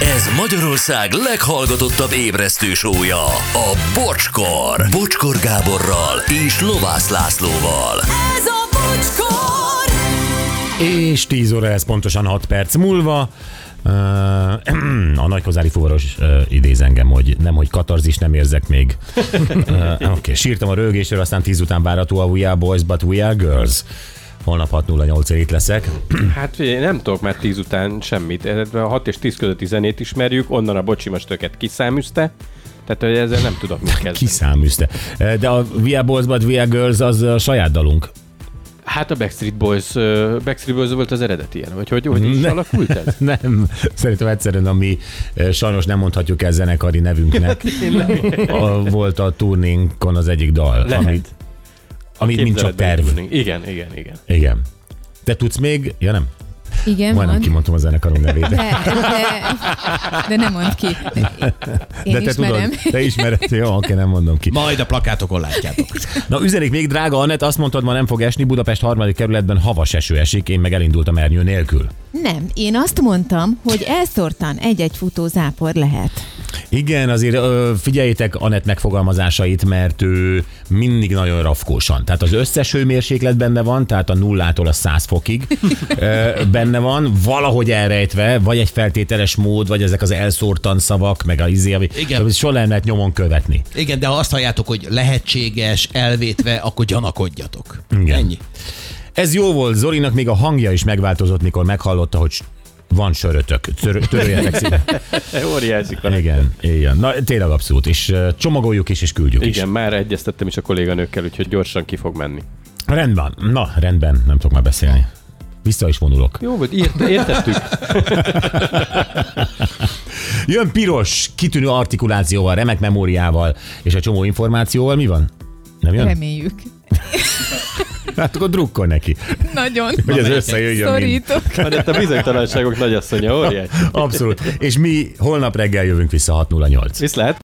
Ez Magyarország leghallgatottabb ébresztő sója, a Bocskor. Bocskor Gáborral és Lovász Lászlóval. Ez a bocskor! És 10 óra lesz pontosan 6 perc múlva. Ö, A nagykozári fuvaros ö, idéz engem, hogy nem, hogy katarzis nem érzek még. Ö, Oké, okay. sírtam a rögésről, aztán 10 után várható a We Are Boys, but We Are Girls. Holnap 6.08-ig itt leszek. Hát figyelj, nem tudok már 10 után semmit. Ez A 6 és 10 közötti zenét ismerjük, onnan a bocsimas töket kiszáműzte. Tehát hogy ezzel nem tudok mit kezdeni. Kiszáműzte. Ö, De a We Are Boys, but We Are Girls az a saját dalunk. Hát a Backstreet Boys, ö, Backstreet Boys volt az eredeti ilyen, vagy hogy, hogy is Ne. alakult ez? Nem, szerintem egyszerűen a mi, ö, sajnos nem mondhatjuk el zenekari nevünknek, a- volt a turnénkon az egyik dal, Lehet. amit, amit mint csak Képzeletbe terv. indulni. Igen, igen, igen. Igen. Te tudsz még? Ja nem, Igen, majdnem mond. kimondtam a zenekarunk nevét. De, De, de, de nem mondd ki. Én te ismerem. tudod, te ismered, jó, oké, nem mondom ki. Majd a plakátokon látjátok. Na üzenik még, drága Anett, azt mondtad, ma nem fog esni, Budapest harmadik kerületben havas eső esik, én meg elindultam ernyő nélkül. Nem, én azt mondtam, hogy elszórtan egy-egy futó zápor lehet. Igen, azért ö, figyeljétek Anett megfogalmazásait, mert ő mindig nagyon rafkósan. Tehát az összes hőmérséklet benne van, tehát a nullától a 100 fokig ö, benne van, valahogy elrejtve, vagy egy feltételes mód, vagy ezek az elszórtan szavak, meg a izé, ami Igen. amit soha nem lehet nyomon követni. Igen, de ha azt halljátok, hogy lehetséges, elvétve, akkor gyanakodjatok. Igen. Ennyi. Ez jó volt, Zolinak még a hangja is megváltozott, mikor meghallotta, hogy van sörötök. Tör- Töröljetek szíve. Óriási karakter. Igen, igen. Na, tényleg abszolút. És ö, csomagoljuk is, és küldjük is. Igen, már egyeztettem is a kolléganőkkel, úgyhogy gyorsan ki fog menni. Rendben. Na, rendben. Nem tudok már beszélni. Vissza is vonulok. Jó volt, írt, értettük. Jön piros, kitűnő artikulációval, remek memóriával és egy csomó információval. Mi van? Nem jön? Nem. Reméljük. Hát akkor drukkol neki, Nagyon. hogy ez összejöjjön. mind. Szorítok. Mert Hát a bizonytalanságok nagyasszonya, óriási. Abszolút. És mi holnap reggel jövünk vissza 608. Viszlát!